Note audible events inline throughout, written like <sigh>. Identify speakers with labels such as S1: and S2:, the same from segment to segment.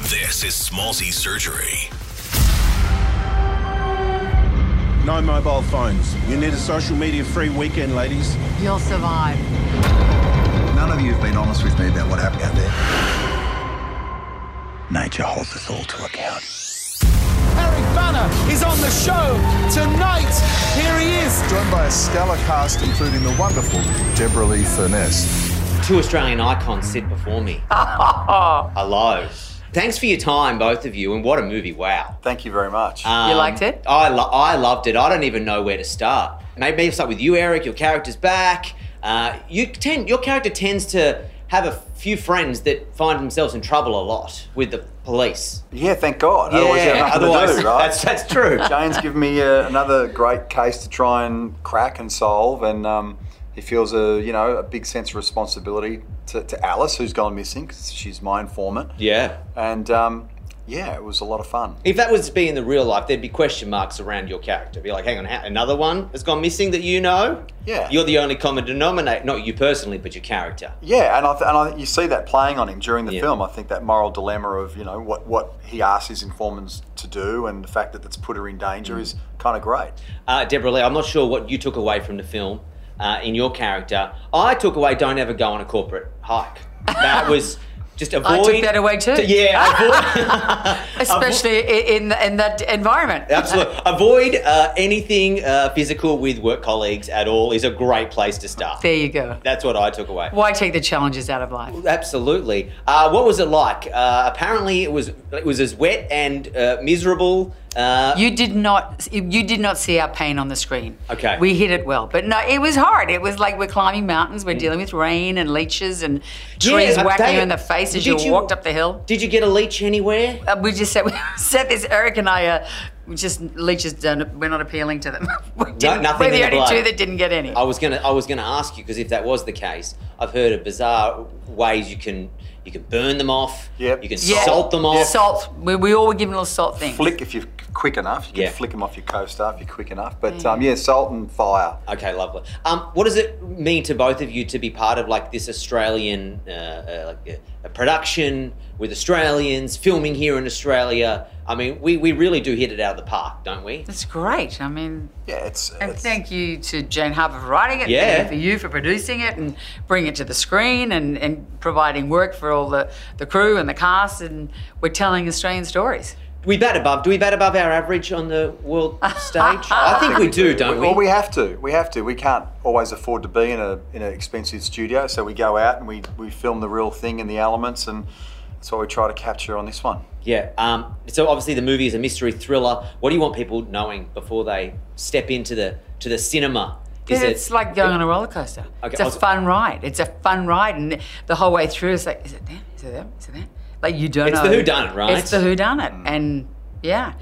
S1: This is Smallsy Surgery.
S2: No mobile phones. You need a social media free weekend, ladies.
S3: You'll survive.
S4: None of you have been honest with me about what happened out there. Nature holds us all to account.
S5: Eric Banner is on the show tonight. Here he is.
S4: Joined by a stellar cast, including the wonderful Deborah Lee Furness.
S6: Two Australian icons sit before me. Hello. Thanks for your time, both of you, and what a movie! Wow.
S7: Thank you very much.
S6: Um,
S3: You liked it?
S6: I lo- I loved it. I don't even know where to start. Maybe I'll start with you, Eric. Your character's back. Uh, you tend your character tends to have a few friends that find themselves in trouble a lot with the police.
S7: yeah, thank God. Otherwise, you have nothing
S6: otherwise-
S7: to do,
S6: <laughs>
S7: right?
S6: that's that's
S7: <laughs>
S6: true.
S7: Jane's given me uh, another great case to try and crack and solve, and um, he feels a you know a big sense of responsibility to, to Alice, who's gone missing. 'cause she's my informant,
S6: yeah.
S7: and um, yeah, it was a lot of fun.
S6: If that was to be in the real life, there'd be question marks around your character. Be like, hang on, ha- another one has gone missing that you know?
S7: Yeah.
S6: You're the only common denominator, not you personally, but your character.
S7: Yeah, and I th- and I, you see that playing on him during the
S6: Yeah.
S7: film. I think that moral dilemma of you know what what he asks his informants to do, and the fact that that's put her in danger
S6: Mm.
S7: is kind of great.
S6: Uh, Deborah Lee, I'm not sure what you took away from the film uh, in your character. I took away don't ever go on a corporate hike.
S3: <laughs>
S6: That was just avoid.
S3: I took that away too. <laughs>
S6: Yeah, avoid.
S3: Especially i in in that environment.
S6: Absolutely. Avoid uh, anything uh, physical with work colleagues at all is a great place to start.
S3: There you go.
S6: That's what I took away.
S3: Why take the challenges out of life?
S6: Absolutely. Uh, what was it like? Uh, apparently, it was it was as wet and uh, miserable. Uh,
S3: You did not you did not see our pain on the screen.
S6: Okay.
S3: We hit it well. But no, it was hard. It was like we're climbing mountains, we're dealing with rain and leeches and trees
S6: Mm. Yeah,
S3: whacking
S6: they-
S3: you in the face as
S6: did
S3: you, walked up the hill.
S6: Did you get a leech anywhere?
S3: Uh, we just said <laughs> we said this, Eric and I uh, we just leeches don't we're not appealing to them. <laughs> we didn't-
S6: nothing
S3: we're
S6: in
S3: the
S6: the
S3: only
S6: blood.
S3: two that didn't get any.
S6: I was gonna I was gonna ask you because if that was the case, I've heard of bizarre ways you can you can burn them off.
S7: Yep.
S6: You can
S3: Yeah.
S6: salt them off.
S3: Salt. We, we all were given little salt things.
S7: Flick if you're quick enough. You can
S6: Yeah.
S7: flick them off your coaster if you're quick enough. But um, yeah, salt and fire.
S6: Okay, lovely. Um, what does it mean to both of you to be part of like this Australian uh, uh, like a, a production with Australians filming here in Australia? I mean, we, we really do hit it out of the park, don't we?
S3: That's great. I mean,
S7: Yeah, it's.
S3: And
S7: it's-
S3: thank you to Jane Harper for writing it.
S6: Yeah.
S3: Thank you for you for producing it and bringing it to the screen and, and providing work for all the, the crew and the cast. And we're telling Australian stories.
S6: We bat above. Do we bat above our average on the world stage? I think we do, don't
S7: Well,
S6: we?
S7: we have to. We have to. We can't always afford to be in a in an expensive studio, so we go out and we we film the real thing and the elements, and that's what we try to capture on this one.
S6: Yeah. Um, so obviously the movie is a mystery thriller. What do you want people knowing before they step into the to the cinema? Is it-
S3: it's like going on a roller coaster.
S6: Okay,
S3: it's a
S6: I was-
S3: fun ride. It's a fun ride. And the whole way through, it's like, is it them? Is it them? Is it them? Like, you don't
S6: It's
S3: know.
S6: the whodunit, right? Mm.
S3: It's the whodunit. And yeah,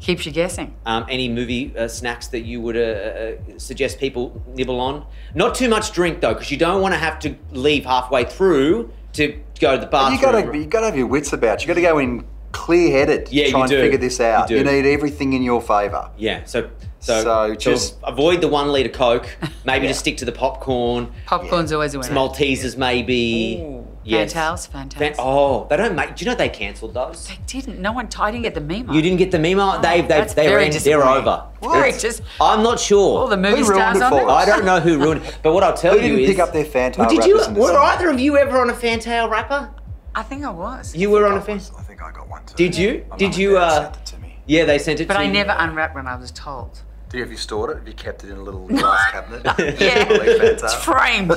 S3: keeps you guessing.
S6: um, any movie uh, snacks that you would uh, uh, suggest people nibble on? Not too much drink though, because you don't want to have to leave halfway through to go to the bathroom.
S7: You gotta you gotta have your wits about. You You gotta go in clear headed.
S6: Yeah,
S7: to try
S6: you
S7: and
S6: do.
S7: figure this out.
S6: You
S7: You,
S6: do.
S7: need everything in your favour.
S6: yeah. So so,
S7: So
S6: so
S7: just-
S6: avoid the one liter Coke.
S7: <laughs>
S6: Maybe just stick to the popcorn.
S3: Popcorn's always a winner.
S6: Maltesers maybe.
S3: Ooh,
S6: Yes.
S3: Fantails,
S6: Fan-
S3: fantails.
S6: oh, they don't make. Do you know they cancelled those?
S3: They didn't. No one tied in at the meme.
S6: You didn't get the meme art. They've, they've,
S3: that's
S6: they're,
S3: very
S6: in, they're
S3: disappointing.
S6: over.
S3: Why?
S6: It's-
S3: Just-
S6: I'm not sure.
S3: All the movie
S7: Who
S3: stars
S7: ruined it
S3: on
S7: for
S3: there.
S7: us?
S6: I don't know who ruined it, but what I'll tell
S7: Who
S6: you
S7: didn't
S6: is,
S7: pick up their Fantail
S6: Well, Did you?
S7: rappers in
S6: Were
S7: December?
S6: either of you ever on a Fantail rapper?
S3: I think I was.
S6: You were on a Fantail.
S7: I think I got one too.
S6: Did you?
S7: My
S6: Did
S7: mum
S6: you?
S7: and
S6: Uh,
S7: dad sent it to me.
S6: yeah, they sent it.
S3: But
S6: to
S3: I
S6: you.
S3: never unwrapped when I was told.
S7: Do you have you stored it? Have you kept it in a little
S3: <laughs>
S7: glass cabinet?
S3: Yeah,
S7: Like Fantail?
S3: it's <laughs> framed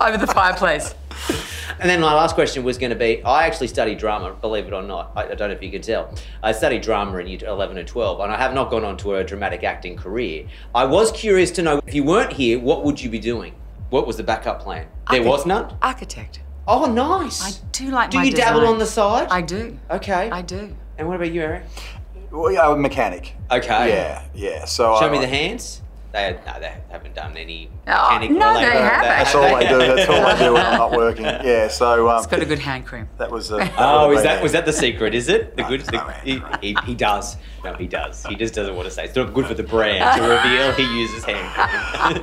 S3: over the fireplace.
S6: And then my last question was going to be: I actually studied drama, believe it or not. I, I don't know if you can tell. I studied drama in year eleven and twelve, and I have not gone on to a dramatic acting career. I was curious to know if you weren't here, what would you be doing? What was the backup plan? There
S3: think-
S6: was none.
S3: Architect.
S6: Oh, nice.
S3: I do like
S6: Do
S3: my
S6: you dabble
S3: design.
S6: on the side?
S3: I do.
S6: Okay.
S3: I do.
S6: And what about you, Eric?
S7: Well, yeah, I'm a mechanic.
S6: Okay.
S7: Oh, Yeah, yeah. So
S6: Show
S7: I,
S6: me the hands. They no, they haven't done any
S3: Oh,
S6: mechanic
S3: no, they
S6: related-
S3: haven't.
S7: That's all I do. That's all I do when I'm <laughs> not working. Yeah. So um,
S3: It's got a good hand cream.
S7: That was a. that
S6: Oh, is
S7: would have
S6: that
S7: been
S6: was
S7: it.
S6: that the secret? Is it the
S7: No,
S6: good?
S7: it's
S6: the-
S7: not it.
S6: he, he, he does. No, he does. He just doesn't want to say. It's not good for the brand to reveal he uses hand.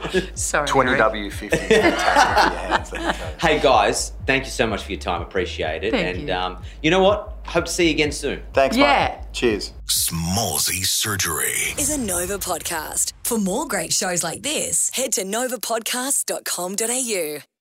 S6: cream.
S3: Sorry.
S7: twenty
S3: Eric.
S7: <laughs> W fifty? Fantastic for your hands. Let me tell you.
S6: <laughs> hey guys, Thank you so much for your time. Appreciate it.
S3: Thank
S6: and
S3: you.
S6: Um, you know what? Hope to see you again soon.
S7: Thanks, mate.
S3: Yeah.
S7: Cheers.
S1: Smallsy Surgery.
S8: is a Nova podcast. For more great shows like this, head to novapodcast.com.au.